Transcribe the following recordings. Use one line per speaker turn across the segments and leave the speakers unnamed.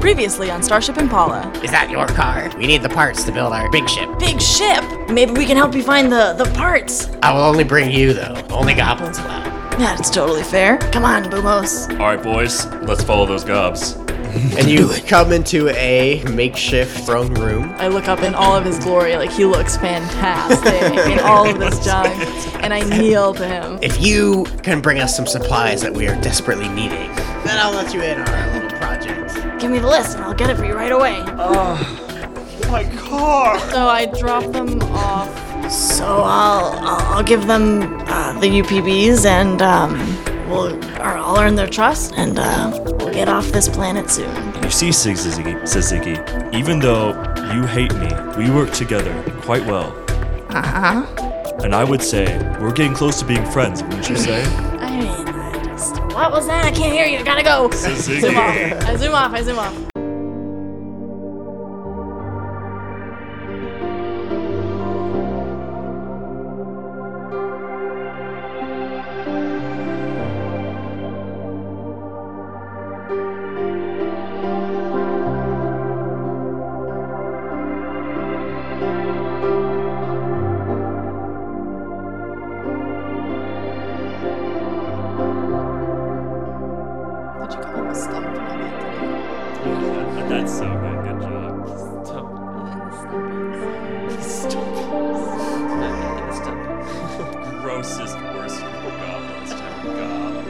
Previously on Starship Impala.
Is that your car? We need the parts to build our big ship.
Big ship! Maybe we can help you find the, the parts.
I will only bring you, though. Only goblins allowed.
That's totally fair. Come on, Bumos.
All right, boys, let's follow those gobs.
and you come into a makeshift throne room.
I look up in all of his glory, like he looks fantastic in all of his junk, and I kneel to him.
If you can bring us some supplies that we are desperately needing, then I'll let you in on our little project.
Give me the list and I'll get it for you right away.
My car!
So I drop them off. So I'll I'll, I'll give them uh, the UPBs and um, we'll or I'll earn their trust and uh, we'll get off this planet soon.
You see, Sig Zizigi, says Ziggy, even though you hate me, we work together quite well. Uh huh. And I would say we're getting close to being friends, wouldn't you say?
I mean, I just what was that? I can't hear you. I gotta go. Zoom off. I zoom off. I zoom off. Did you come up with stuff?
That's so good. Good job. Grossest, worst goblins ever goblin.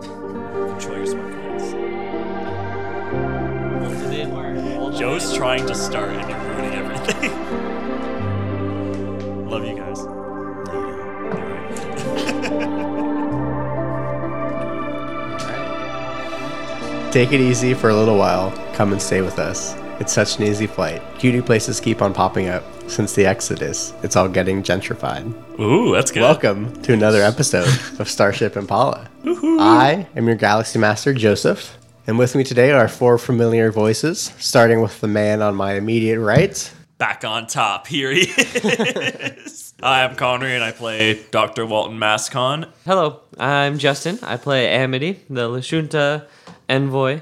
Control your smartphones. Joe's trying to start and you're ruining everything. Love you guys.
Take it easy for a little while. Come and stay with us. It's such an easy flight. Cutie places keep on popping up since the Exodus. It's all getting gentrified.
Ooh, that's good.
Welcome to another episode of Starship Impala. I am your Galaxy Master, Joseph, and with me today are four familiar voices, starting with the man on my immediate right.
back on top. Here he is. Hi, I'm Connery, and I play Dr. Walton Mascon.
Hello, I'm Justin. I play Amity, the Lashunta envoy.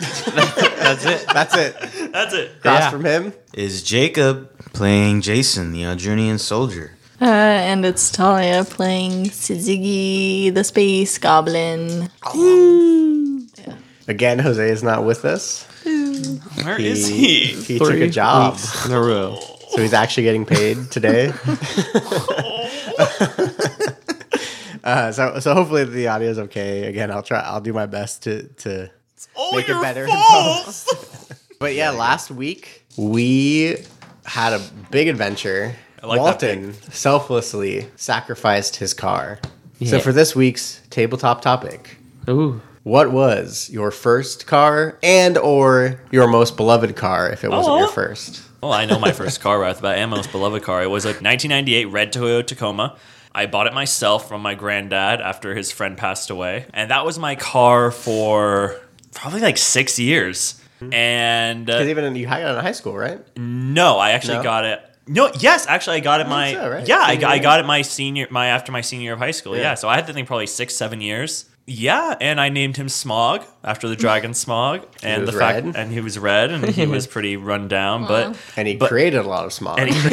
That's it.
That's it.
That's it.
Across
Yeah.
from him,
is Jacob playing Jason, the Aldrunian soldier.
Uh, and it's Talia playing Syzygy, the space goblin.
Again, Jose is not with us.
Where is he?
He took a job,
weeks in a row.
so he's actually getting paid today. uh, so, so hopefully the audio is okay. Again, I'll try. I'll do my best to to
Oh,
Make it
your
better.
fault.
But yeah, last week we had a big adventure.
I like that
Walton selflessly sacrificed his car. So
Yeah.
for this week's tabletop topic,
Ooh.
what was your first car and or your most beloved car if it wasn't your
Aw.
first?
well, I know my first car right off the bat. And my most beloved car. It was a 1998 red Toyota Tacoma. I bought it myself from my granddad after his friend passed away, and that was my car for probably like six years. And uh,
Because even in, you had it in high school, right?
No, I actually
No?
got it. No, yes, actually, I got it my
think so, right?
yeah, I,
Senior
I
year.
got it my senior my after my senior year of high school. Yeah,
Yeah.
so I had the thing probably six seven years. Yeah, and I named him Smog after the dragon Smog, and
was
the fact
red.
and he was red and he was pretty run down, but
And he
But-
created a lot of smog.
and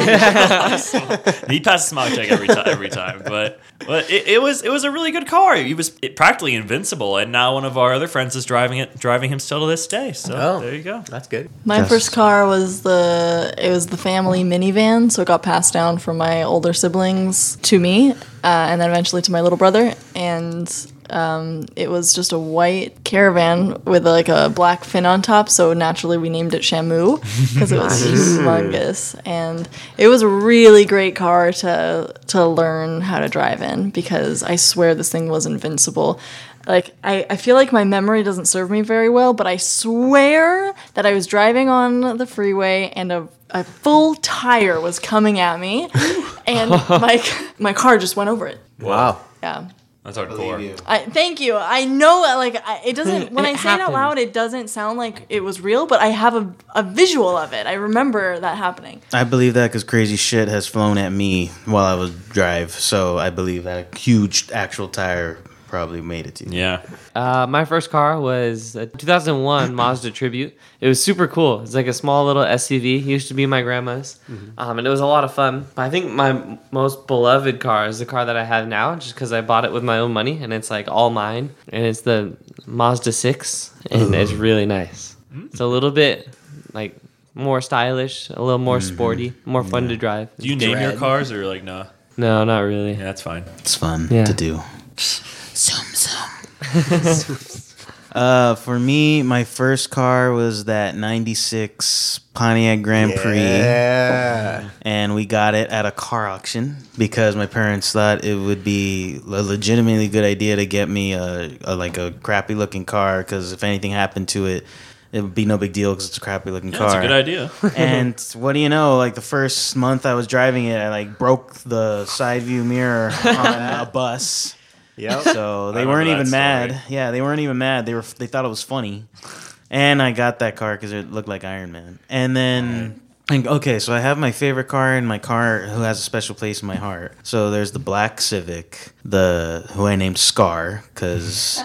he, he passed smog check every time every time but but it, it was it was a really good car he was practically invincible and now one of our other friends is driving it driving him still to this day so
Oh.
there you go
That's good.
My
Just-
first car was the it was the family minivan, so it got passed down from my older siblings to me, uh, and then eventually to my little brother. And um, it was just a white caravan with like a black fin on top, so naturally we named it Shamu because it was humongous. And it was a really great car to to learn how to drive in because I swear this thing was invincible like I, I feel like my memory doesn't serve me very well but i swear that i was driving on the freeway and a, a full tire was coming at me and my, my car just went over it
Wow.
yeah
that's hardcore
I, thank you i know like I, it doesn't when
It
i say it out
happened.
loud it doesn't sound like it was real but i have a, a visual of it i remember that happening
I believe that because crazy shit has flown at me while I was drive, so I believe that a huge actual tire probably made it to you.
Yeah.
Uh, my first car was a 2001 Mazda Tribute. It was super cool. It's like a small little SUV. It used to be my grandma's,
Mm-hmm.
um, and it was a lot of fun. But I think my m- most beloved car is the car that I have now, just because I bought it with my own money, and it's like all mine. And it's the Mazda 6, and it's really nice.
Mm.
It's a little bit like more stylish, a little more sporty, more fun to drive.
Do Mm-hmm. you name your
Dread.
cars or you're like, nah?
No, not really.
Yeah, that's fine.
It's fun
Yeah.
to do. uh, for me, my first car was that 96 Pontiac Grand Prix.
Yeah.
and we got it at a car auction because my parents thought it would be a legitimately good idea to get me a, a like a crappy looking car because if anything happened to it it would be no big deal because it's a crappy looking
Yeah,
car
that's a good idea.
and what do you know like the first month i was driving it i like broke the side view mirror on a bus
Yep.
so
I
they
remember
weren't
that
even mad
story.
yeah they weren't even mad they were they thought it was funny and i got that car because it looked like iron man and then and, okay so i have my favorite car and my car who has a special place in my heart so there's the black civic the who i named scar because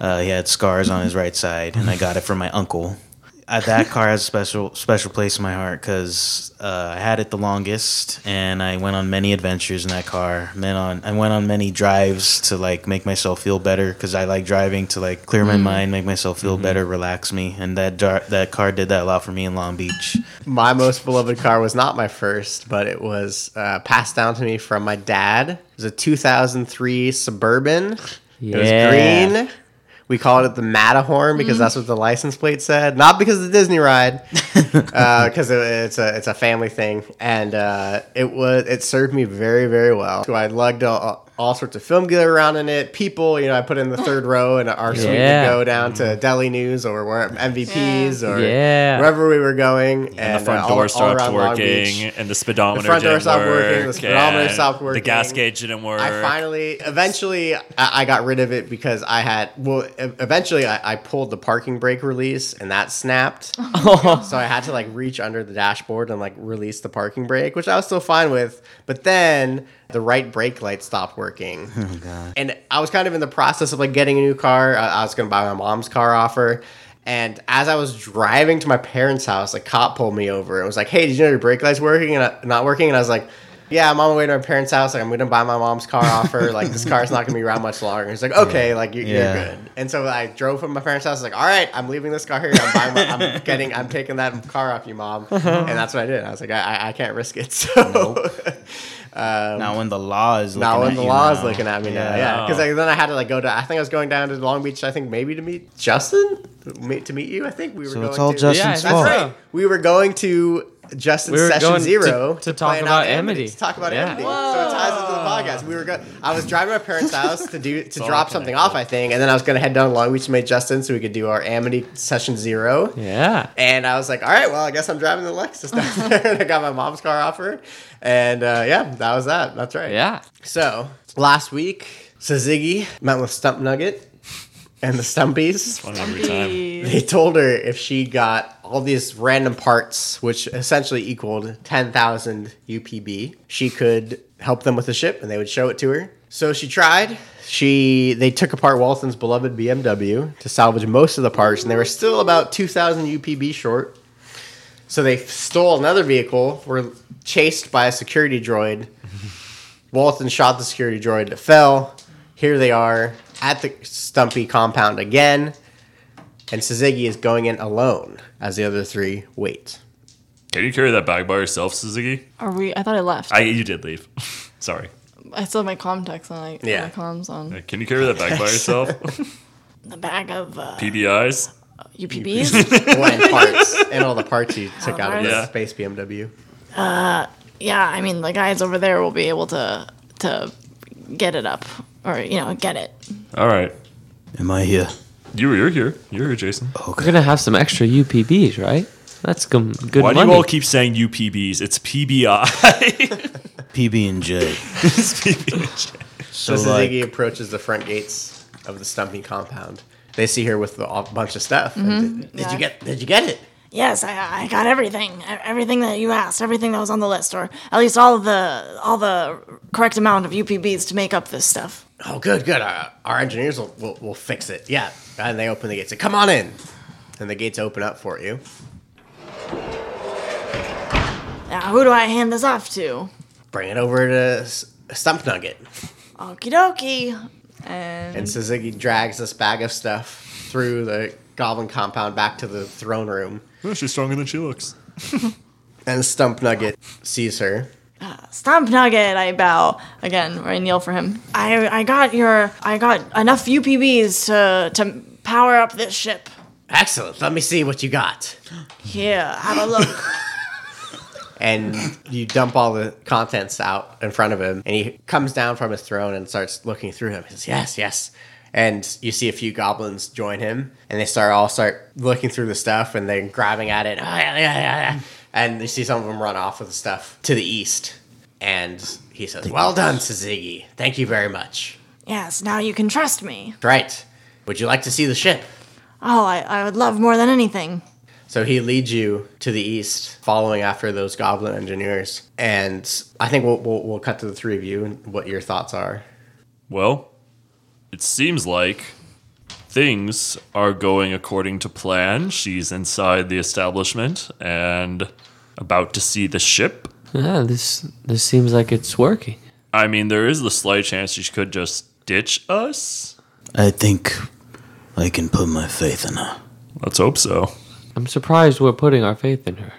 uh, he had scars on his right side and i got it from my uncle uh, that car has a special special place in my heart because uh, I had it the longest, and I went on many adventures in that car. Went on, I went on many drives to like make myself feel better because I like driving to like clear
Mm-hmm.
my mind, make myself feel better, relax me, and that dar- that car did that a lot for me in Long Beach.
my most beloved car was not my first, but it was uh, passed down to me from my dad. It was a 2003 Suburban. It was green. We called it the Matterhorn because that's what the license plate said, not because of the Disney ride, because it, it's a it's a family thing, and uh, it was it served me very very well. So I lugged all, all sorts of film gear around in it. People, you know, I put in the third row, and our suite
Yeah.
would go down to Deli News or where MVPs or
Yeah.
wherever we were going,
and the front
uh, all-
door
all
stopped
around Long
working,
Beach.
and the speedometer
The front door
didn't
stopped
work,
working, the speedometer
and
stopped
the gas
working.
gauge didn't work.
I finally, eventually, I, I got rid of it because I had, well, e- eventually I, I pulled the parking brake release and that snapped. so I had to like reach under the dashboard and like release the parking brake, which I was still fine with. But then the right brake light stopped working. Uh, And I was kind of in the process of like getting a new car. I, I was going to buy my mom's car off her. And as I was driving to my parents' house, a cop pulled me over and was like, "Hey, did you know your brake lights working and uh, not working?" And I was like, "Yeah, I'm on my way to my parents' house. Like, I'm gonna buy my mom's car off her. Like, this car's not gonna be around much longer." And he's like, "Okay, like you're,
Yeah.
you're good." And so I drove from my parents' house. Like, all right, I'm leaving this car here. I'm buying. My, I'm getting. I'm taking that car off you, mom. And that's what I did. I was like, I, I, I can't risk it. So.
now when the law is looking
Um, Now when
at
the
you
law is
now.
looking at me now,
Yeah.
yeah. Because
Wow.
then I had to like go to. I think I was going down to Long Beach. I think maybe to meet Justin, meet, to meet you. I think we were.
So
going
it's all
to,
Yeah,
Justin's
that's
fault.
right.
Hey, we were going to Justin's
We were
session
going to-
zero
to talk
plan
about
out
Amity.
To talk about
Yeah.
Amity. So it ties into the podcast. We were go- I was driving to my parents' house to do to
all
drop something off, I think, and then I was gonna head down to Long Beach to meet Justin so we could do our Amity session zero.
Yeah.
And I was like, all right, well, I guess I'm driving the Lexus down there. and I got my mom's car off her. And uh, yeah, that was that. That's right.
Yeah.
So last week, Saziggy met with Stump Nugget and the Stumpies.
One every time.
They told her if she got all these random parts, which essentially equaled 10,000 UPB, she could help them with the ship and they would show it to her. So she tried. She they took apart Walton's beloved BMW to salvage most of the parts and they were still about 2000 UPB short. So they stole another vehicle, were chased by a security droid. Walton shot the security droid, it fell. Here they are at the Stumpy compound again. And Suzuki is going in alone as the other three wait.
Can you carry that bag by yourself, Suzuki?
Are we? I thought I left.
I
I,
you did leave. Sorry.
still have my contacts on. I,
Yeah.
My comms on.
Can you carry that bag by yourself?
The bag of uh,
PBIs.
UPBs.
Well, and parts. and all the parts you took out of the
Yeah.
space BMW.
yeah, I mean the guys over there will be able to to get it up or you know get it.
All right.
Am I here?
You you're here. You're here, Jason.
We're gonna have some extra UPBs, right? That's gum good
Why
money.
do you all keep saying UPBs? It's PBI.
PB and J.
it's PBI.
So
So
like,
Suzuki approaches the front gates of the Stumpy compound. They see her with the- a bunch of stuff. And did, did
Yeah.
you get? Did you get it?
Yes, I, I got everything, E- everything that you asked, everything that was on the list, or at least all the all the correct amount of UPBs to make up this stuff.
oh, good, good. Our, our engineers will, will, will fix it. Yeah. And they open the gates. Say, Come on in. And the gates open up for you.
Now, Uh, who do I hand this off to?
Bring it over to S- Stump Nugget.
Okie dokie. And,
And Suzuki drags this bag of stuff through the goblin compound back to the throne room.
she's stronger than she looks.
And Stump Nugget sees her.
Stump Nugget, I bow again, or I kneel for him. I I got your I got enough UPBs to to power up this ship.
Excellent. Let me see what you got.
Here, have a look.
and you dump all the contents out in front of him and he comes down from his throne and starts looking through them he says yes yes and you see a few goblins join him and they start all start looking through the stuff and they're grabbing at it "Ah, yeah, yeah, yeah, yeah." and you see some of them run off with the stuff to the east and he says well done Suzuki. thank you very much
yes, now you can trust me.
right would you like to see the ship
Oh, I, I would love more than anything.
So he leads you to the east, following after those goblin engineers. And I think we'll, we'll, we'll cut to the three of you and what your thoughts are.
Well, it seems like things are going according to plan. She's inside the establishment and about to see the ship.
Yeah, this this seems like it's working.
I mean, there is the slight chance she could just ditch us.
I think I can put my faith in her.
Let's hope so.
I'm surprised we're putting our faith in her.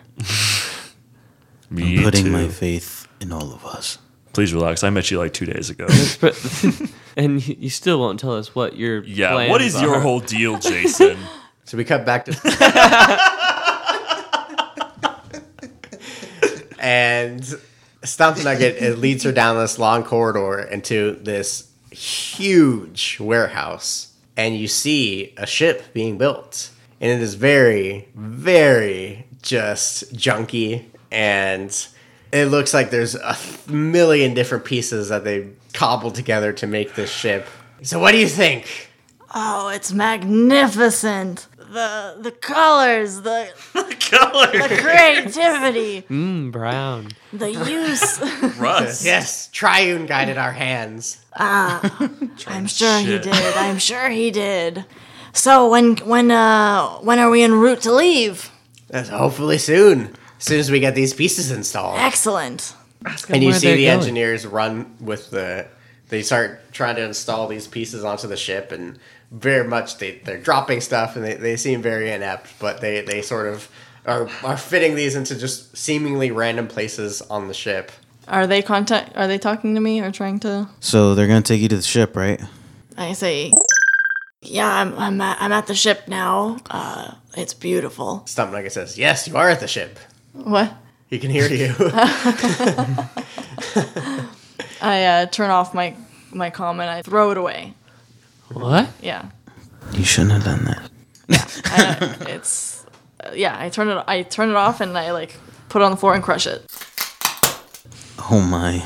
Me
Putting
too.
my faith in all of us.
Please relax. I met you like two days ago.
But- and you you still won't tell us what your
Yeah.
Plans
what is your
are.
whole deal, Jason?
So we cut back to. and Stump Nugget it leads her down this long corridor into this huge warehouse. And you see a ship being built. And it is very, very just junky. And it looks like there's a million different pieces that they cobbled together to make this ship. So, what do you think?
Oh, it's magnificent. The the colors, the
Color.
the creativity,
Mm, brown?
the use.
Russ.
Yes, Triune guided our hands.
I'm sure
shit.
he did. I'm sure he did. So when when uh when are we en route to leave?
That's hopefully soon. As soon as we get these pieces installed.
Excellent.
And you
where
see
they're
the
going.
engineers run with the they start trying to install these pieces onto the ship and very much they, they're dropping stuff and they, they seem very inept, but they, they sort of are, are fitting these into just seemingly random places on the ship.
Are they contact? Are they talking to me or trying to?
So they're gonna take you to the ship, right?
I say, yeah, I'm I'm at, I'm at the ship now. Uh, it's beautiful.
Stump Nugget says, Yes, you are at the ship.
What?
He can hear you.
I uh, turn off my my comm and I throw it away.
What?
Yeah,
You shouldn't have done that.
it's uh, yeah. I turn it I turn it off and I like put it on the floor and crush it.
Oh my.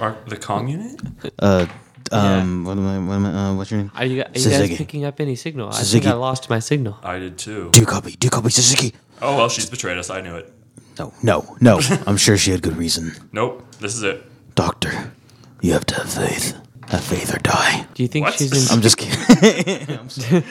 Are the Kong unit?
Uh, um, what am I? What am I? Uh, what's your name?
Are you, are you guys
Suzuki.
picking up any signal? I think
Suzuki.
I lost my signal.
I did too.
Do you copy? Do you copy, Suzuki?
Oh, well, she's betrayed us. I knew it.
No, no, no. I'm sure she had good reason.
Nope. This is it.
Doctor, you have to have faith. Have faith or die.
Do you think
What?
she's in?
I'm just kidding.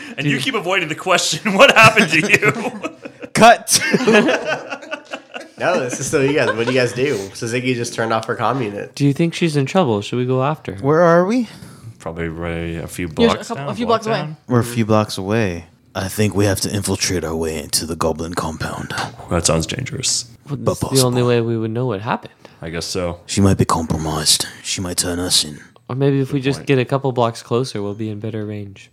And you keep avoiding the question. What happened to you?
Cut.
no, this is still you guys. What do you guys do? Suzuki just turned off her comm unit.
Do you think she's in trouble? Should we go after her?
Where are we?
Probably right a few
You're
blocks.
a, couple-
down,
a few
block
blocks away.
down.
We're a few blocks away. I think we have to infiltrate our way into the goblin compound.
That sounds dangerous.
Well, this is Oh, the
possible.
only way we would know what happened.
I guess so.
She might be compromised. She might turn us in.
Or maybe if we just get a couple blocks closer, we'll be in better range.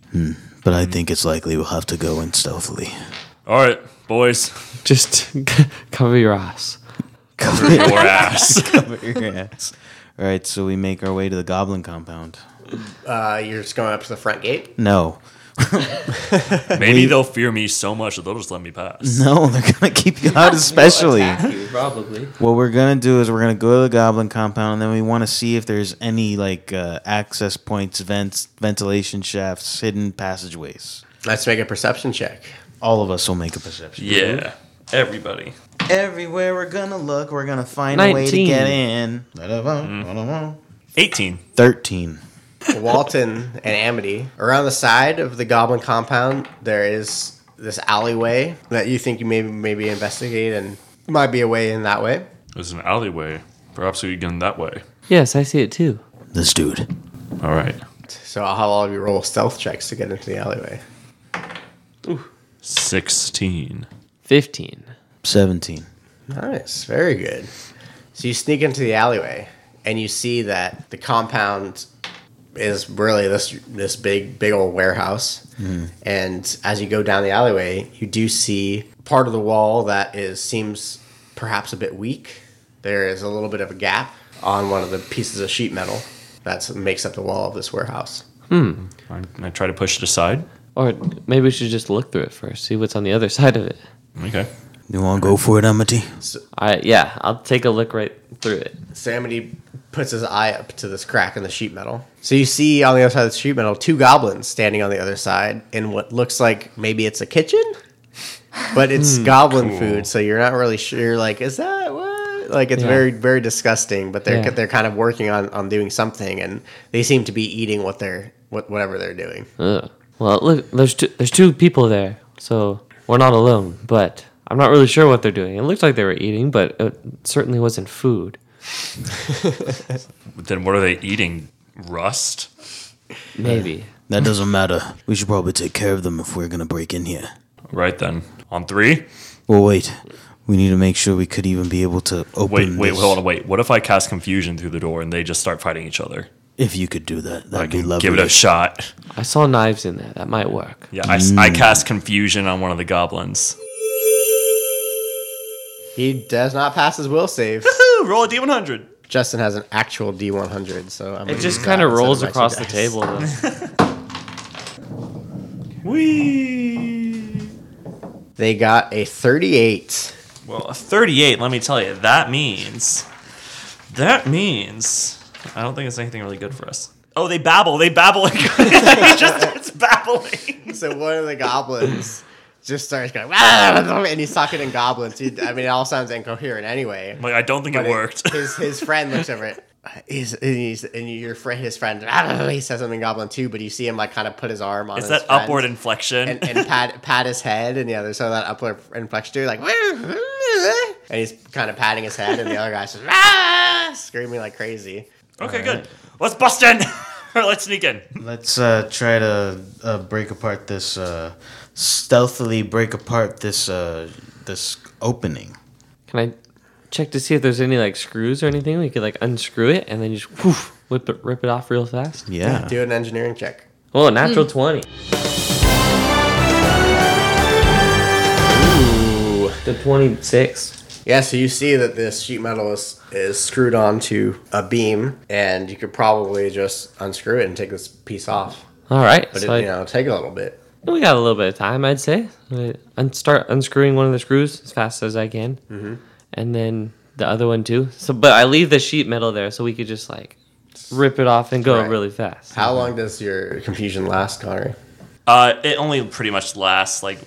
But I think it's likely we'll have to go in stealthily.
All right, boys.
Just cover your ass.
Cover
Your ass.
your ass. All right, so we make our way to the goblin compound.
Uh, you're just going up to the front gate.
No,
Maybe they'll fear me so much that they'll just let me pass.
no, they're gonna keep you out, especially.
Probably.
What we're gonna do is we're gonna go to the goblin compound, and then we want to see if there's any like uh, access points, vents, ventilation shafts, hidden passageways.
Let's make a perception check.
All of us will make a perception.
Yeah. Everybody.
Everywhere we're gonna look, we're gonna find a way to
19.
get in.
18.
Thirteen.
Walton and Amity. Around the side of the Goblin compound, there is this alleyway that you think you may maybe investigate, and might be a way in that way.
There's an alleyway. Perhaps we can that way.
Yes, I see it too.
This dude.
All right.
So I'll have all of you roll stealth checks to get into the alleyway.
16.
15.
17.
Nice, very good. So you sneak into the alleyway, and you see that the compound is really this this big big old warehouse. And as you go down the alleyway, you do see part of the wall that is seems perhaps a bit weak. There is a little bit of a gap on one of the pieces of sheet metal that makes up the wall of this warehouse.
I, I try to push it aside.
Or maybe we should just look through it first, see what's on the other side of it.
Okay.
You want to go for it, Amity?
I yeah, I'll take a look right through it.
Samity puts his eye up to this crack in the sheet metal. So you see on the other side of the sheet metal two goblins standing on the other side in what looks like maybe it's a kitchen, but it's
Hmm,
goblin food. So you're not really sure. Like, is that what? Like, it's
Yeah.
very very disgusting. But they're
Yeah.
they're kind of working on on doing something, and they seem to be eating what they're what whatever they're doing.
Ugh. Well, look, there's two, there's two people there, so we're not alone. But I'm not really sure what they're doing. It looked like they were eating, but it certainly wasn't food.
Then what are they eating? Rust?
Maybe.
That doesn't matter. We should probably take care of them if we're going to break in here.
Right then. On three?
Well, wait. We need to make sure we could even be able to open
Wait, wait,
this.
hold on, wait. What if I cast confusion through the door and they just start fighting each other?
If you could do that,
I
that'd be
can
lovely.
give it a shot.
I saw knives in there. That might work.
Yeah, I, s- I cast confusion on one of the goblins.
He does not pass his will save.
Woo, roll a d100.
Justin has an actual D100, so I'm
It just kind of rolls across the table. Though.
Whee!
They got a 38.
Well, a 38, let me tell you, that means. That means. I don't think it's anything really good for us. Oh, they babble. They babble. he just starts babbling.
So one of the goblins just starts going, "Ah," and he's talking in goblins. He, I mean, it all sounds incoherent anyway.
Like, I don't think
But
it worked.
His his friend looks over it. He's, and, he's, and your friend, his friend, "Ah," he says something in goblin too, but you see him like kind of put his arm on.
Is
his
that
friend
upward inflection?
and, and pat pat his head, and yeah, there's some of that upward inflection too, like, and he's kind of patting his head, and the other guy's just "Ah," screaming like crazy.
okay, good. Let's bust in. or let's sneak in.
Let's uh, try to uh, break apart this uh, stealthily break apart this uh, this opening.
Can I check to see if there's any like screws or anything? We could like unscrew it and then just woof, whip it, rip it off real fast.
Yeah.
Do an engineering check.
Oh, natural twenty.
Ooh.
The twenty-six.
Yeah, so you see that this sheet metal is, is screwed onto a beam, and you could probably just unscrew it and take this piece off.
All right.
But
so
it,
I-
you know, it'll take a little bit.
We got a little bit of time, I'd say. I un- start unscrewing one of the screws as fast as I can,
Mm-hmm.
and then the other one too. So, but I leave the sheet metal there so we could just like rip it off and go
Right.
really fast.
How long does your confusion last, Connor?
Uh, it only pretty much lasts like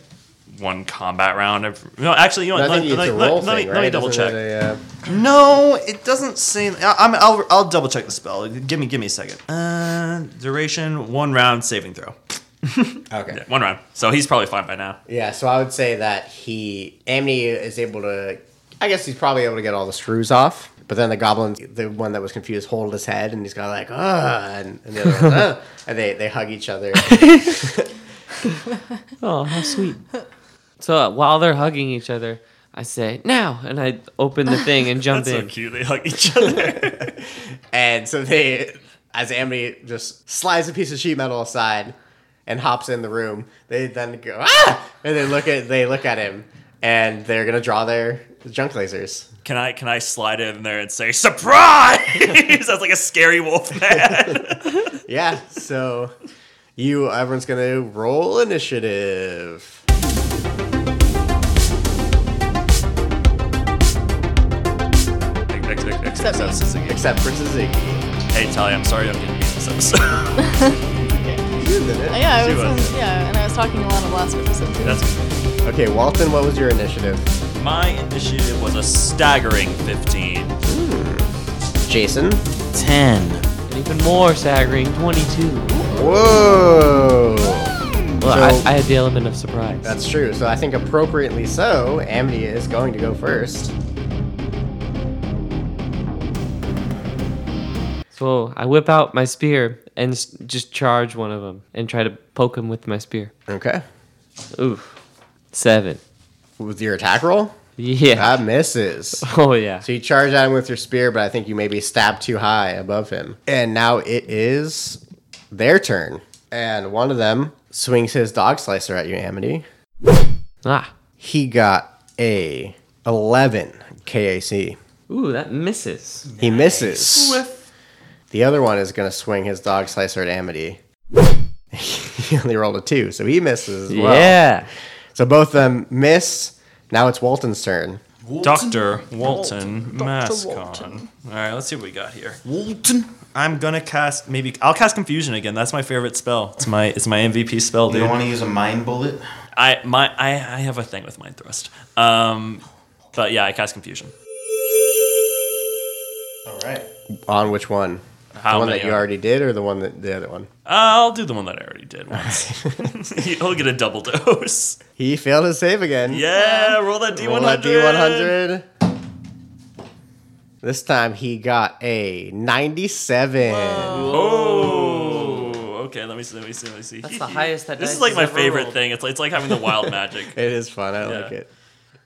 one combat round. Of, no, actually, you know what? Let, let- let- let me, let me double check. No, it doesn't say. I, I'm, I'll, I'll double check the spell. Give me, give me a second. Uh, duration one round saving throw.
uh, okay.
Yeah, one round. So he's probably fine by now.
Yeah, so I would say that he Amity is able to. I guess he's probably able to get all the screws off, but then the goblin, the one that was confused, hold his head, and he's kind of like, ah, and, and the other one, ah, and they they hug each other.
Oh, how sweet! so uh, while they're hugging each other, I say now, and I open the thing and jump
That's so
in.
cute. They hug each other.
And so they, as Amity just slides a piece of sheet metal aside and hops in the room, they then go ah, and they look at they look at him, and they're gonna draw their junk lasers.
Can I can I slide in there and say surprise? That's like a scary wolf man.
Yeah, so you everyone's gonna roll initiative.
Except me.
Except for Suzuki.
hey Tali, I'm sorry I'm getting beat this episode.
You did it.
Oh, Yeah, I
She
was,
was.
in- yeah, and I was talking a lot of last episode too.
That's
Okay, Walton, what was your initiative?
my initiative was a staggering 15.
Jason,
Ten.
An even more staggering 22.
Whoa.
Well,
So-
I, I had the element of surprise.
That's true. So I think appropriately so, Amity is going to go first.
so I whip out my spear and s- just charge one of them and try to poke him with my spear.
Okay.
Oof. Seven.
With your attack roll,
Yeah.
that misses.
oh, yeah.
So you charge at him with your spear, but I think you maybe stabbed too high above him. And now it is their turn. And one of them swings his dog slicer at you, Amity.
Ah.
He got a 11 KAC.
Ooh, that misses.
He misses. The other one is going to swing his dog slicer at Amity. he only rolled a 2, so he misses as well.
Yeah.
So both of them miss. Now it's Walton's turn.
Dr. Walton Mascon. All right, let's see what we got here. Walton. I'm gonna cast maybe I'll cast confusion again. That's my favorite spell. It's my it's my MVP spell,
You
dude.
don't want to use a mind bullet?
I my I, I have a thing with mind thrust. Um, but yeah, I cast confusion.
All right.
On which one?
How
the one
many
that you
are-
already did, or the one that the other one?
I'll do the one that I already did once. He'll get a double dose.
He failed his save again.
Yeah, roll that D100.
Roll that D100. This time he got a 97.
Oh. Okay, let me see. Let me see. Let me see.
That's the highest that
This is
dice
like
has
my
ever
favorite
rolled.
thing. It's like, it's like having the wild magic.
It is fun. I
Yeah.
like it.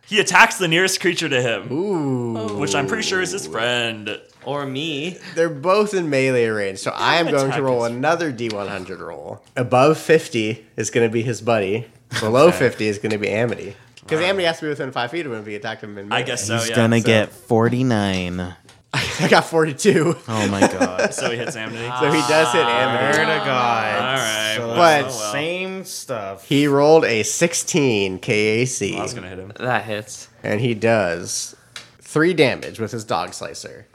He attacks the nearest creature to him,
Ooh.
which I'm pretty sure is his friend.
Or me.
They're both in melee range, so I am going to
attack
roll
is-
another D100 roll. Above 50 is going to be his buddy. Below 50 is going to be Amity. Because Amity has to be within five feet of him if he attacked him in melee.
I guess so.
He's
yeah.
gonna
so,
get 49.
I got 42.
Oh my god.
So he hits Amity.
So he does hit
Swear
Amity.
to God.
All right,
So
well,
it's
oh,
the
well.
same stuff.
He rolled a 16
I was
KAC,
gonna hit him.
That hits.
and he does three damage with his dog slicer.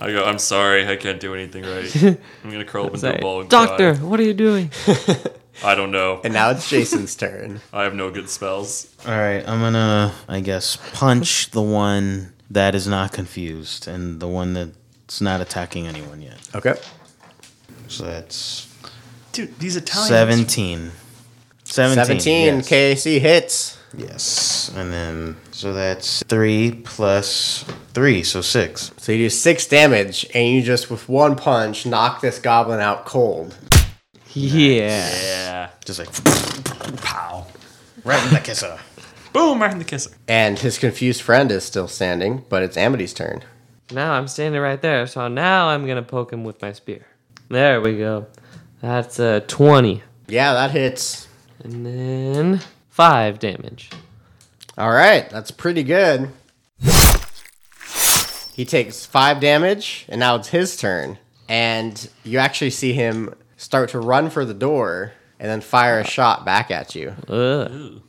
I go. I'm sorry. I can't do anything right. I'm gonna curl up into
Say,
a ball and
Doctor, what are you doing?
Cry. I don't know.
And now it's Jason's turn.
I have no good spells.
All right, I'm gonna, I guess, punch the one that is not confused and the one that's not attacking anyone yet.
Okay.
So that's
Dude, these Italians.
17. 17.
17
yes.
KAC hits.
Yes. And then, so that's 3 plus 3, so 6.
So you do six damage, and you just, with one punch, knock this goblin out cold.
Yeah.
Yeah.
Just like, pow. Right in the kisser.
Boom! Right in the kisser.
And his confused friend is still standing, but it's Amity's turn.
Now I'm standing right there, so now I'm gonna poke him with my spear. There we go. That's a 20.
Yeah, that hits.
And then 5 damage.
All right, that's pretty good. He takes five damage, and now it's his turn. And you actually see him start to run for the door and then fire a shot back at you.
Ugh.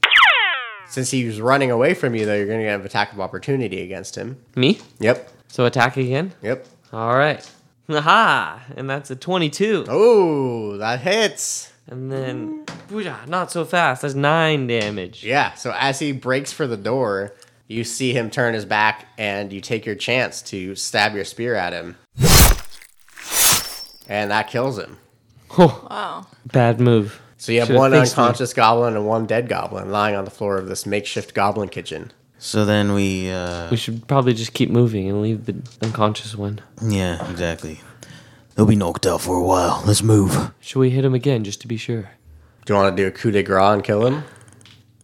Since he was running away from you, though, you're going to get an attack of opportunity against him.
Me?
Yep,
So attack again?
yep.
Alright. Aha! And that's a 22.
Oh, that hits.
And then, booyah, not so fast. That's 9 damage.
Yeah, so as he breaks for the door, you see him turn his back and you take your chance to stab your spear at him. And that kills him.
Wow.
Bad move.
So you have
Should've
one
fixed me.
unconscious goblin and one dead goblin lying on the floor of this makeshift goblin kitchen.
So then we, uh,
We should probably just keep moving and leave the unconscious one.
yeah, exactly. He'll be knocked out for a while. Let's move.
Should we hit him again just to be sure?
Do you want to do a coup de grace and kill him?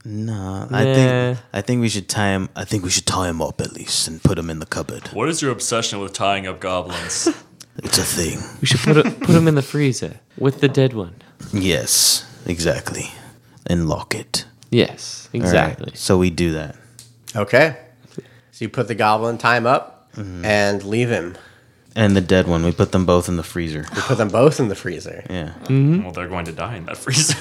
No, I
Nah.
think I think we should tie him. I think we should tie him up at least and put him in the cupboard.
What is your obsession with tying up goblins?
It's a thing.
We should put, it- put him in the freezer with the dead one.
Yes, exactly. And lock it.
Yes,
All right,
exactly.
So we do that.
Okay. So you put the goblin time up
Mm-hmm.
and leave him.
And the dead one, we put them both in the freezer.
You put them both in the freezer.
Yeah.
Mm.
well, they're going to die in that freezer.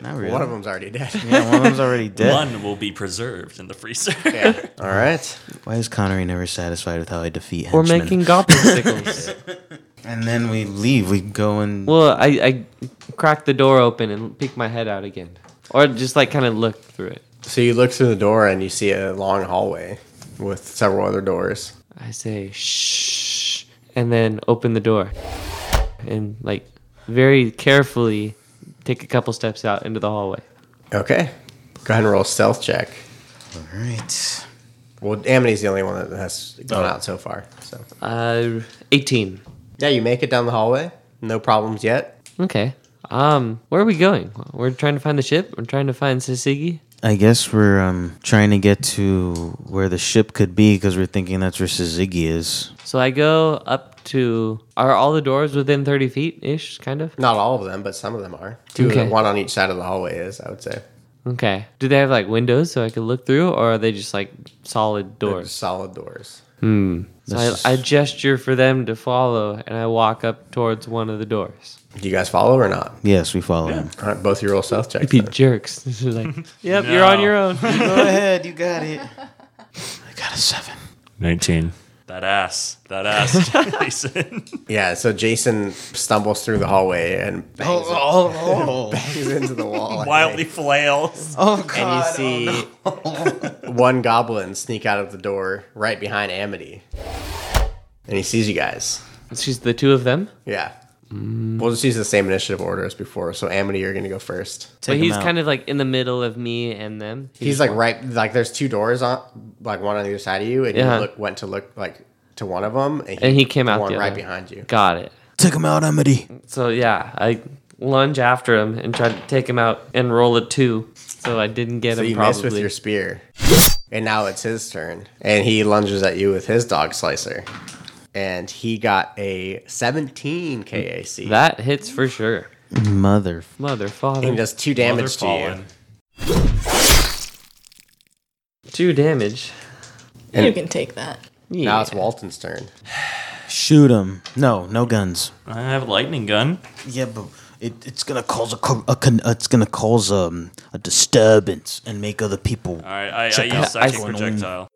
Not really.
One of them's already dead.
Yeah, one of them's already dead.
One will be preserved in the freezer.
Yeah. All right.
Why is Connery never satisfied with how I defeat
We're
henchmen?
making goblin sickles.
and then we leave. We go and
well, I, I crack the door open and peek my head out again. Or just like kind of look through it.
So you look through the door and you see a long hallway with several other doors.
I say, shh, and then open the door and like very carefully take a couple steps out into the hallway.
Okay. Go ahead and roll a stealth check.
All right.
Well, Amity's the only one that has
Oh.
gone out so far. So
Uh, 18.
yeah, you make it down the hallway. No problems yet.
Okay. Um, where are we going? We're trying to find the ship. We're trying to find Sisigi.
I guess we're um, trying to get to where the ship could be because we're thinking that's where Suzigi is.
So I go up to are all the doors within 30 feet ish, kind of.
Not all of them, but some of them are. Two, of
Okay.
them, one on each side of the hallway is. I would say
Okay. Do they have like windows so I could look through, or are they just like solid
They're
doors?
solid doors.
So I, I gesture for them to follow, and I walk up towards one of the doors.
Do you guys follow or not?
Yes, we follow him.
All right, both your roll stealth checks.
Be
then.
jerks. They're like, yep, you're on
No.
your own.
Go ahead, you got it. I got a seven.
19.
That ass. That ass, Jason.
Yeah, so Jason stumbles through the hallway and bangs,
Oh, oh,
bangs into the wall. I
Wildly
think.
flails.
oh God.
And you see one goblin sneak out of the door right behind Amity. And he sees you guys.
She's the two of them.
Yeah.
Mm.
We'll just use the same initiative order as before. So Amity, you're going to go first.
oh,
but he's kind of like in the middle of me and them.
He's like right, like there's two doors on, like one on either side of you, and
Yeah.
you look, went to look like to one of them, and he,
And he came out
the one
the
right
other.
behind you.
Got it.
took him out, Amity.
So yeah, I lunge after him and try to take him out and roll a two. So I didn't get
So
him
you miss
probably.
with your spear, and now it's his turn, and he lunges at you with his dog slicer, and he got a 17 KAC.
that hits for sure.
Mother.
Mother,
he
father,
does two
Mother
damage to you.
fallen.
two damage.
And-
you can take that.
Yeah.
Now it's Walton's turn.
Shoot him. No, no guns.
I have a lightning gun.
Yeah, but it, it's gonna cause a, co- a con- uh, it's gonna cause um, a disturbance and make other people.
All right, I, I
Check
use
out
psychic
Iceland.
projectile.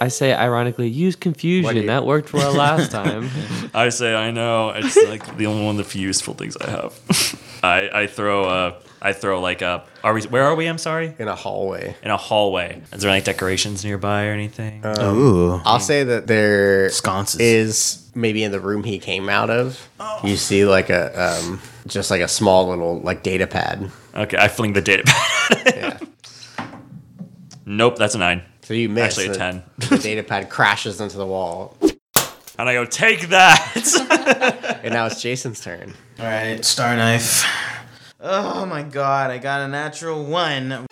I say ironically, use
What do
confusion.
you-
That worked well last time.
I say I know. It's like the only one of the few useful things I have. I I throw a I throw like a are we where are we? I'm sorry.
in a hallway.
In a hallway. Is there like decorations nearby or anything?
Uh,
um, Ooh.
I'll say that there
Sconces.
is maybe in the room he came out of. You see like a um, just like a small little like data pad.
okay, I fling the data.
Yeah.
nope, that's a nine.
So you miss
Actually a
the-
10.
The data pad crashes into the wall,
And I go take that.
and now it's Jason's turn.
All right, star knife. Oh my god, I got a natural one.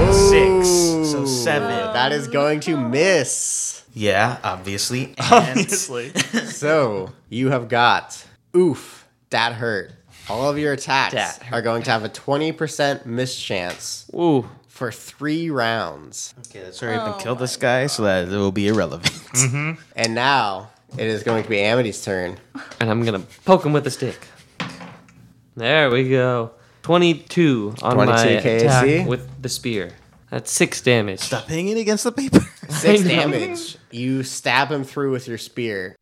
Oh.
Six, so seven.
That is going to miss.
Yeah, obviously. And
Obviously.
So you have got oof that hurt. All of your attacks
That hurt.
are going to have a twenty percent miss chance
Ooh,
for three rounds.
Okay, that's already been killed this guy, so that it will be irrelevant.
And now it is going to be Amity's turn.
and I'm gonna poke him with a stick. There we go. Twenty-two on my
22 KAC?
attack with the spear. That's six damage.
Stop hitting it against the paper.
Six
I know.
damage. You stab him through with your spear,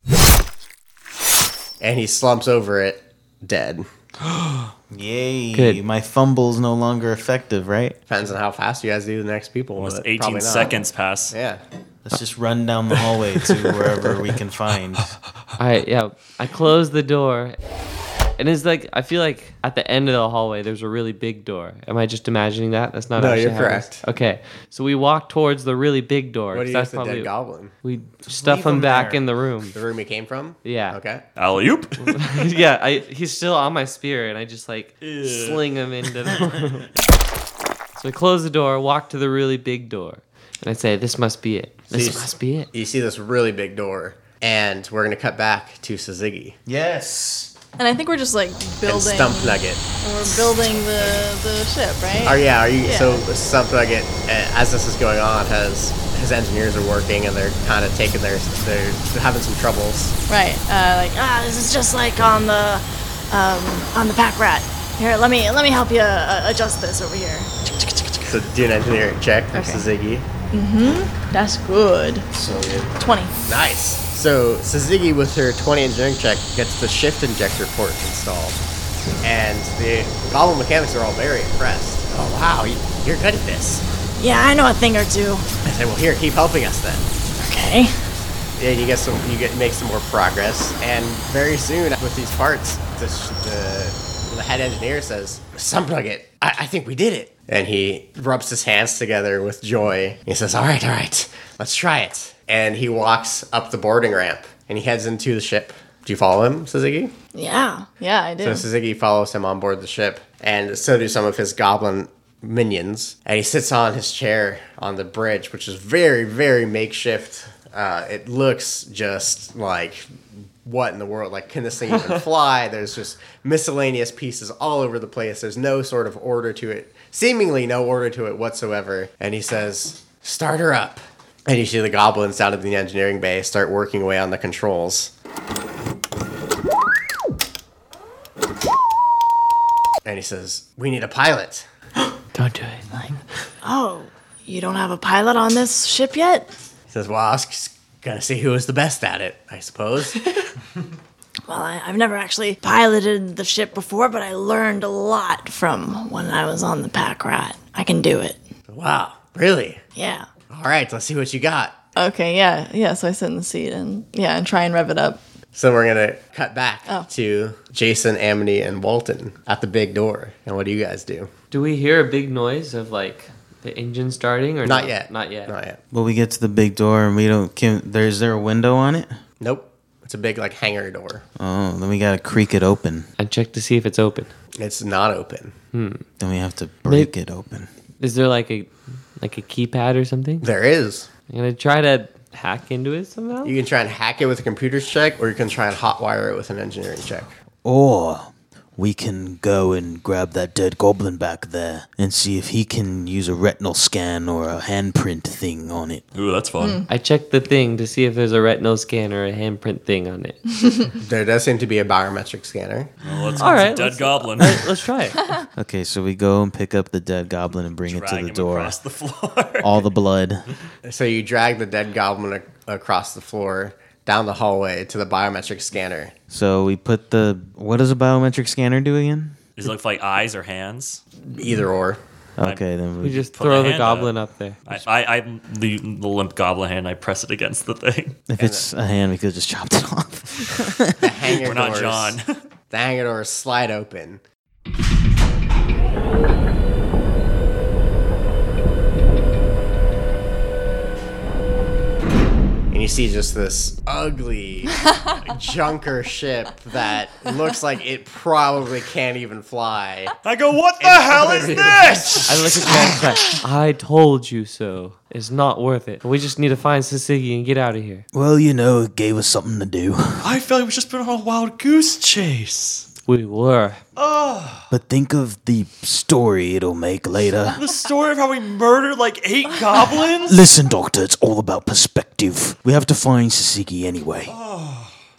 and he slumps over it, dead.
Yay.
Good.
My fumble's no longer effective, right?
Depends on how fast you guys do the next people.
Almost
but probably
18
not.
seconds pass.
Yeah.
Let's just run down the hallway to wherever we can find.
All right, yeah. I close the door. And it's like I feel like at the end of the hallway there's a really big door. Am I just imagining that? That's not
No,
actually
you're
how it is.
correct.
Okay. So we walk towards the really big door.
What do
'cause
you
that's
use the dead goblin?
we stuff
leave
him
him
back
there.
in the room.
The room he came from.
Yeah.
Okay.
Alley oop.
yeah, I, he's still on my spear and I just like sling him into the room. so I close the door, walk to the really big door, and I say, This must be it. This
you s-
must be it.
You see this really big door, and we're gonna cut back to Sazigi
Yes.
And I think we're just like
and
building.
Stump Nugget.
We're building the the ship, right?
Are yeah? Are you
Yeah.
so Stump Nugget? uh, As this is going on, has his engineers are working and they're kind of taking their they're having some troubles.
Right. Uh, like ah, this is just like on the um, on the pack rat. Here, let me let me help you uh, adjust this over here.
So do an engineering check for
Okay.
Sazigi.
That's good.
So good.
Twenty.
Nice. So Suzuki, with her 20 engineering check, gets the shift injector port installed, and the goblin mechanics are all very impressed. Oh wow, you- you're good at this.
Yeah, I know a thing or two.
I say, well, here, keep helping us then.
Okay.
and you get some you get make some more progress and very soon with these parts the, the, the head engineer says some nugget I, I think we did it and he rubs his hands together with joy he says all right all right let's try it and he walks up the boarding ramp and he heads into the ship do you follow him suzuki
Yeah. Yeah, I do.
so Suzuki follows him on board the ship, and so do some of his goblin minions. And he sits on his chair on the bridge, which is very, very makeshift. Uh, it looks just like what in the world? Like, can this thing even fly? There's just miscellaneous pieces all over the place. There's no sort of order to it, seemingly no order to it whatsoever. And he says, Start her up. And you see the goblins out of the engineering bay start working away on the controls. And he says, We need a pilot.
Don't do it.
oh, you don't have a pilot on this ship yet?
says, Well, I was gonna see who was the best at it, I suppose.
Well, I, I've never actually piloted the ship before, but I learned a lot from when I was on the pack rat. I can do it.
wow, really?
Yeah.
All right, let's see what you got.
Okay, yeah, yeah. So I sit in the seat and yeah, and try and rev it up.
So we're gonna cut back
Oh.
to Jason, Amity, and Walton at the big door. And what do you guys do?
Do we hear a big noise of like the engine starting or
Not yet.
Not yet.
Not yet.
But we get to the big door and we don't. Can, there's there a window on it?
Nope. It's a big like hangar door.
Oh, then we gotta creak it open.
I check to see if it's open.
It's not open.
Then we have to break it open.
Is there like a like a keypad or something?
There is.
I'm gonna try to hack into it somehow.
You can try and hack it with a computer's check, or you can try and hotwire it with an engineering check.
Or we can go and grab that dead goblin back there and see if he can use a retinal scan or a handprint thing on it.
Ooh, that's fun.
I check the thing to see if there's a retinal scan or a handprint thing on it.
There does seem to be a biometric scanner.
Well, let's
All right,
dead
let's-
goblin.
Let's try it.
Okay, so we go and pick up the dead goblin and bring it
Drag
to the
him
door.
across the floor.
All the blood.
So you drag the dead goblin ac- across the floor, down the hallway to the biometric scanner.
So we put the. What does a biometric scanner do again?
Does it look like eyes or hands?
Either or.
Okay, then
We
we
just
Put
throw
the
the
hand
goblin up there.
I, I, I the, the limp goblin hand. I press it against the thing.
If it's a hand, we could have just chopped it off.
Hangar
We're not
doors-
John.
The hangar doors slide open. And you see just this ugly junker ship that looks like it probably can't even fly.
I go, what the hell is this?
I look at that and it's like, I told you so. It's not worth it. We just need to find Sisigi and get out of here.
Well, you know, it gave us something to do.
I feel like we've just been on a wild goose chase.
We were.
But think of the story it'll make later.
The story of how we murdered like eight goblins.
Listen, Doctor, it's all about perspective. We have to find Sasiki anyway.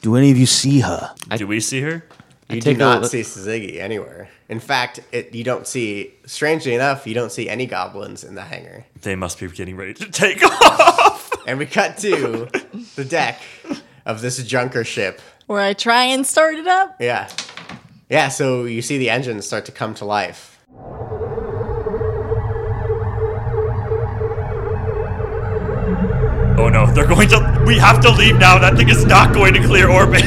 Do any of you see her?
Do we see her?
You do
take a
not
look-
see Suzuki anywhere. In fact, it, you don't see, strangely enough, you don't see any goblins in the hangar.
They must be getting ready to take off.
And we cut to the deck of this junker ship.
Where I try and start it up.
Yeah. Yeah, so you see the engines start to come to life.
Oh no, they're going to. We have to leave now. That thing is not going to clear orbit.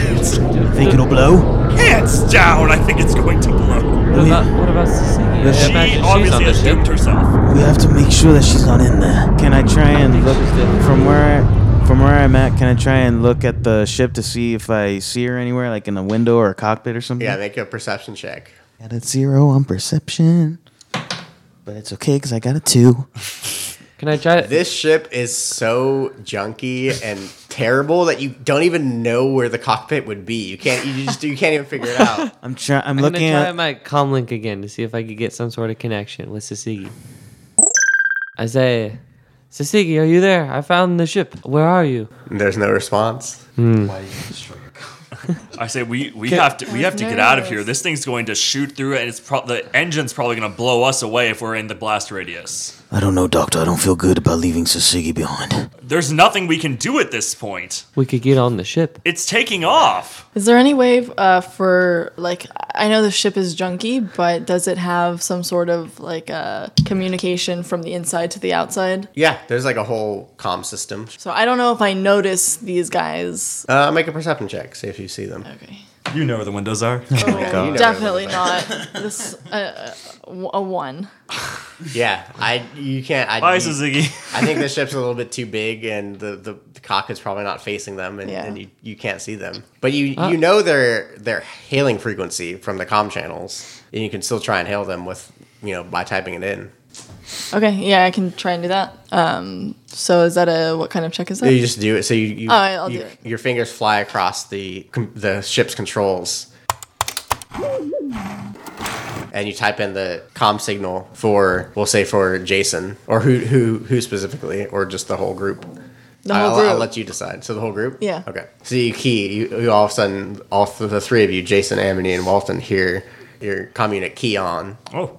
Think it'll blow?
Hands down, I think it's going to blow.
What about, what about Sisigi? I
She
imagine
She
she's
obviously
on the
has
ship.
doomed herself.
We have to make sure that she's not in there. Can I try and look
she's dead.
from where I, from where I'm at? Can I try and look at the ship to see if I see her anywhere, like in a window or a cockpit or something?
Yeah, make a perception check.
Got a zero on perception, but it's okay because I got a two.
Can I try it?
This ship is so junky and terrible that you don't even know where the cockpit would be. You can't you just you can't even figure it out.
I'm trying. I'm,
I'm gonna
looking
try
at.
my comlink again to see if I could get some sort of connection with Sisigi. I say, Sisigi, are you there? I found the ship. Where are you?
There's no response.
I say we, we have to we have to get out of here.
nervous.
This thing's going to shoot through, it, and it's pro- the engine's probably going to blow us away if we're in the blast radius.
I don't know, Doctor. I don't feel good about leaving Sasigi behind.
There's nothing we can do at this point.
We could get on the ship.
It's taking off.
Is there any way uh, for like I know the ship is junky, but does it have some sort of like uh, communication from the inside to the outside?
Yeah, there's like a whole comm system.
So I don't know if I notice these guys.
Uh, make a perception check. See if you see them.
Okay.
You know where the windows are.
Yeah, you know
Definitely
where
not this uh, a one.
they live. Yeah, I you can't. I,
Bye, Suzuki.
I think the ship's a little bit too big, and the, the, the cock is probably not facing them, and,
Yeah.
and you, you can't see them. But you you know their their hailing frequency from the comm channels, and you can still try and hail them with you know by typing it in.
Okay, yeah, I can try and do that. Um, so is that a what kind of check is that?
You just do it. So you, you,
All right, I'll
you-
do it.
your fingers fly across the com- the ship's controls, and you type in the com signal for we'll say for Jason or who who who specifically or just the whole group.
The whole
I'll,
group.
I'll let you decide. So the whole group.
Yeah.
Okay. So you key. You, you all of a sudden, all th- the three of you, Jason, Amity, and Walton, hear your comm unit key on.
oh.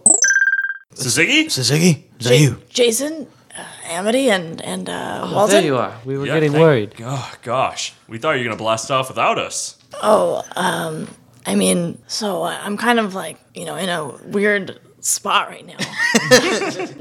Suzuki?
Sasigi, is that you?
Jason, uh, Amity, and and uh, Walton.
There you are. We were
Yeah,
getting
thank-
worried.
Oh, gosh. We thought you were going to blast off without us.
I mean, so I- I'm kind of like, you know, in a weird spot right now.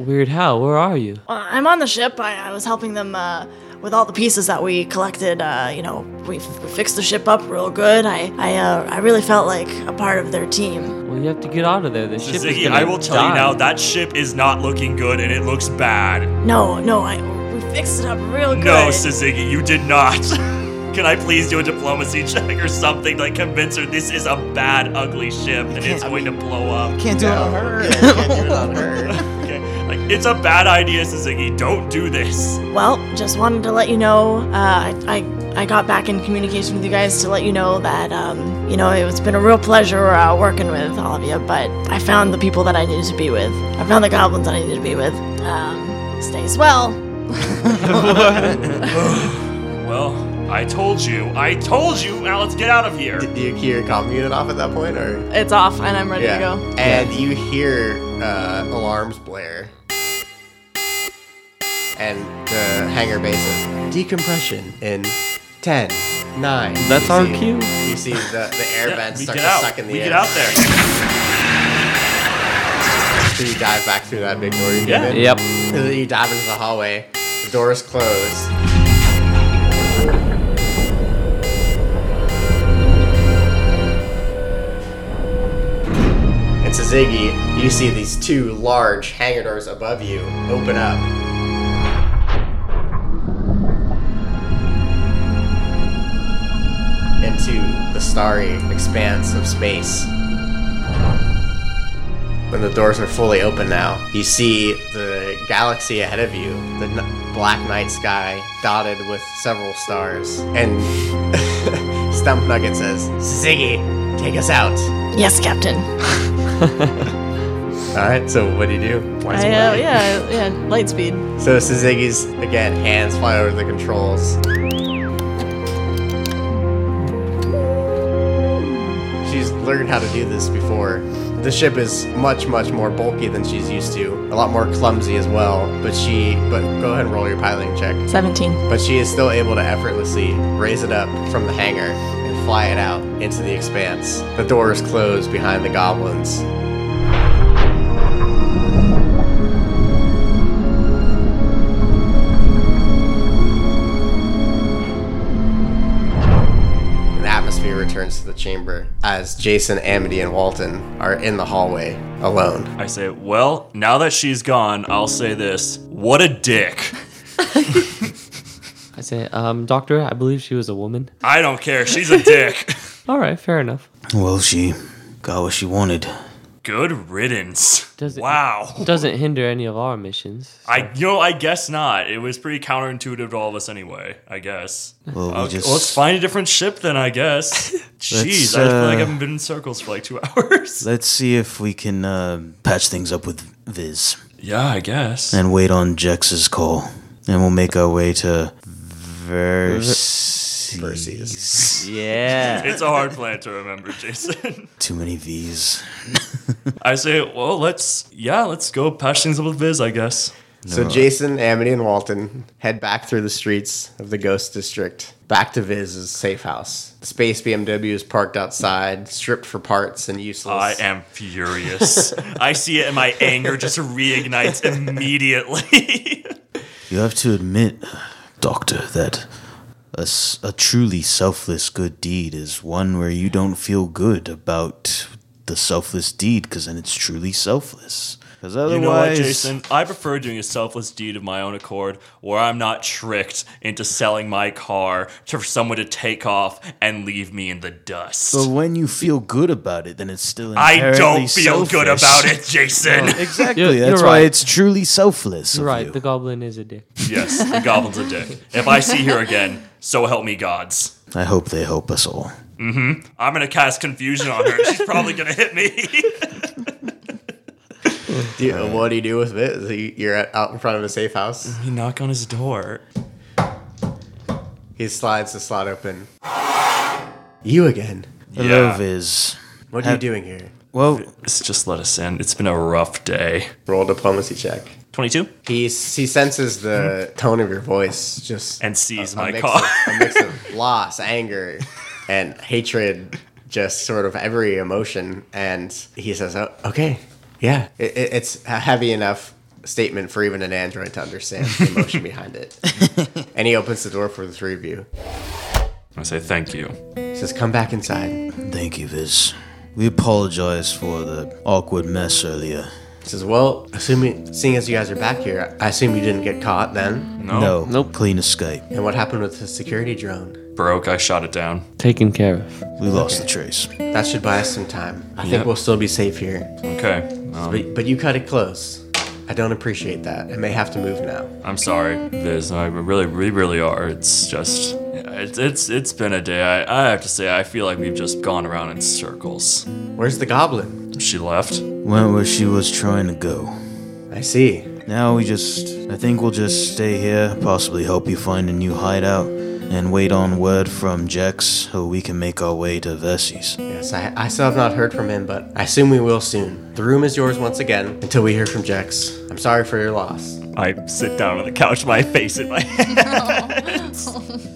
Weird how? Where are you?
Uh, I'm on the ship. I, I was helping them uh, with all the pieces that we collected. Uh, you know, we, f- we fixed the ship up real good. I I, uh, I really felt like a part of their team.
Well, you have to get out of there. The ship is
Suzuki,
gonna
I will tell you
die.
now, that ship is not looking good and it looks bad.
No, no, I we fixed it up real good.
No, Suzuki, you did not. Can I please do a diplomacy check or something? Like, convince her this is a bad, ugly ship and it's going to blow up.
Can't do it on her.
Okay? Like, it's a bad idea, Suzuki. Don't do this.
Well, just wanted to let you know. Uh, I, I I got back in communication with you guys to let you know that um, you know it's been a real pleasure uh, working with all of you. But I found the people that I needed to be with. I found the goblins that I needed to be with. Um, stays well.
Well, I told you. I told you. Now let's get out of here.
Do you key your comm unit off at that point, or
It's off, and I'm ready
yeah?
to go.
And you hear uh, alarms blare, and the hangar bases decompression in ten, nine.
That's
You
our
see-
cue.
You see the, the air
Yeah,
vents
we
start
get
to
out.
suck in the
we
air.
get out there.
So you dive back through that big door you
Yeah.
came in.
Yep.
And then you dive into the hallway. The door is closed. And to Ziggy, you see these two large hangar doors above you open up. Into the starry expanse of space. When the doors are fully open now, you see the galaxy ahead of you, the n- black night sky dotted with several stars. And Stump Nugget says, Ziggy, take us out.
Yes, Captain.
All right, so what do you do? Why is
I,
it
uh,
working?
yeah, yeah, light speed.
So Suzuki's again hands fly over the controls. She's learned how to do this before. The ship is much, much more bulky than she's used to. A lot more clumsy as well. But she, but go ahead and roll your piloting check.
Seventeen.
But she is still able to effortlessly raise it up from the hangar and fly it out into the expanse. The door is closed behind the goblins. An atmosphere returns to the chamber as Jason, Amity, and Walton are in the hallway alone.
I say, well, now that she's gone, I'll say this. What a dick.
I say, um, Doctor, I believe she was a woman.
I don't care. She's a dick.
All right, fair enough.
Well, she got what she wanted.
Good riddance.
Does it-
wow.
Doesn't hinder any of our missions.
I you know, I guess not. It was pretty counterintuitive to all of us anyway, I guess.
Well, we
Okay,
just
well, let's find a different ship then, I guess. Jeez, I feel like
uh,
I've been in circles for like two hours.
let's see if we can uh, patch things up with Viz
Yeah, I guess.
and wait on Jex's call, and we'll make our way to Verses.
Yeah.
It's a hard plan to remember, Jason.
Too many V's.
I say, well, let's yeah, let's go patch things up with Viz, I guess.
So Jason, Amity, and Walton head back through the streets of the Ghost District, back to Viz's safe house. The space BMW is parked outside, stripped for parts and useless.
I am furious. I see it, and my anger just reignites immediately.
You have to admit, Doctor, that a, s- a truly selfless good deed is one where you don't feel good about the selfless deed because then it's truly selfless. Because otherwise,
You know what, Jason?
I prefer doing a selfless deed of my own accord where I'm not tricked into selling my car to, for someone to take off and leave me in the dust.
but when you feel good about it, then it's still
I
inherently
don't feel good about
selfish.
it, Jason.
Exactly.
You're-
That's
you're
why
right.
it's truly selfless.
You're
of
right.
you.
The goblin is a dick.
yes, the goblin's a dick. If I see her again, so help me gods.
I hope they help us all.
I'm gonna cast confusion on her. She's probably gonna hit me.
Do you- what do you do with it? Is it- You're at- out in front of a safe house.
Mm-hmm.
you knock on his door.
He slides the slot open. You again?
Hello, Viz.
What are you doing here?
Well,
Just, just let us in. It's been a rough day.
Roll diplomacy check.
22?
He he senses the tone of your voice just
And seize
Uh,
a
my
mix
car.
Of, a mix of loss, anger, and hatred, just sort of every emotion. And he says, oh, "Okay, yeah, it, it, it's a heavy enough." Statement for even an android to understand the emotion behind it. and he opens the door for the three of you.
I say thank you.
He says, Come back inside.
thank you, Viz. We apologize for the awkward mess earlier.
He says, Well, assuming seeing as you guys are back here, I assume you didn't get caught then.
No.
no,
Nope.
clean escape.
And what happened with the security drone?
Broke. I shot it down.
Taken care of.
We lost the trace.
That should buy us some time. I
Yep.
think we'll still be safe here.
Okay. Um,
But, but you cut it close. I don't appreciate that. I may have to move now.
I'm sorry, Viz. I really, we really are. It's just, it's, it's, it's been a day. I, I have to say, I feel like we've just gone around in circles.
Where's the goblin?
She left.
Went where she was trying to go.
I see.
Now we just. I think we'll just stay here, possibly help you find a new hideout, and wait on word from Jex so we can make our way to Vessi's.
Yes, I, I still have not heard from him, but I assume we will soon. The room is yours once again until we hear from Jex. I'm sorry for your loss.
I sit down on the couch, my face in my hand.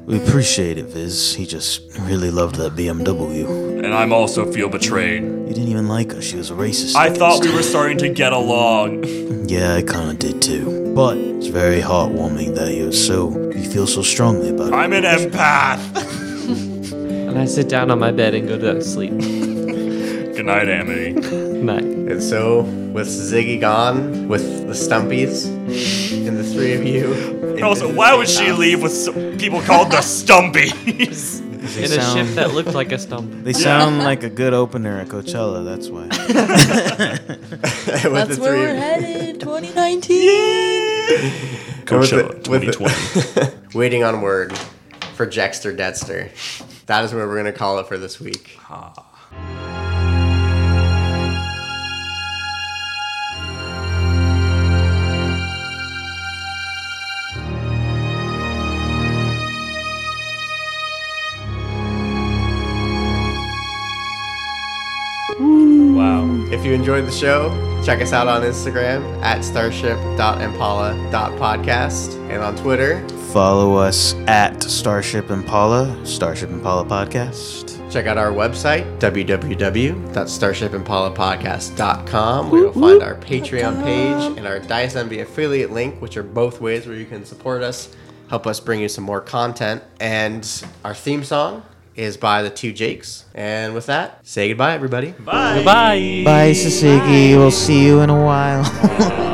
We appreciate it, Viz. He just really loved that BMW.
And I'm also feel betrayed.
You didn't even like her, she was a racist.
I
against
thought
you.
we were starting to get along.
Yeah, I kinda did too. But it's very heartwarming that you're so. you feel so strongly about it.
I'm an empath.
And I sit down on my bed and go to sleep.
Good night, Amity.
Night.
And so, with Ziggy gone, with the Stumpies, and the three of you. in
Also,
this
why
safe
would she
house-
leave with some people called the Stumpies?
In a
sound-
ship that looked like a stump.
They sound like a good opener at Coachella, that's why.
with
That's
the
where
three
we're
of
headed,
you.
2019.
Coachella
with the-
2020.
Waiting on word for Jexter Detster. That is where we're going to call it for this week.
wow.
If you enjoyed the show, check us out on Instagram at starship.impala.podcast and on Twitter.
Follow us at Starship Impala, Starship Impala Podcast.
Check out our website, www.starshipimpalapodcast.com, where you'll find our Patreon page and our Dice Envy affiliate link, which are both ways where you can support us, help us bring you some more content. And our theme song is by the two Jakes. And with that, say goodbye, everybody.
Bye, Sasiki. We'll see you in a while.
uh,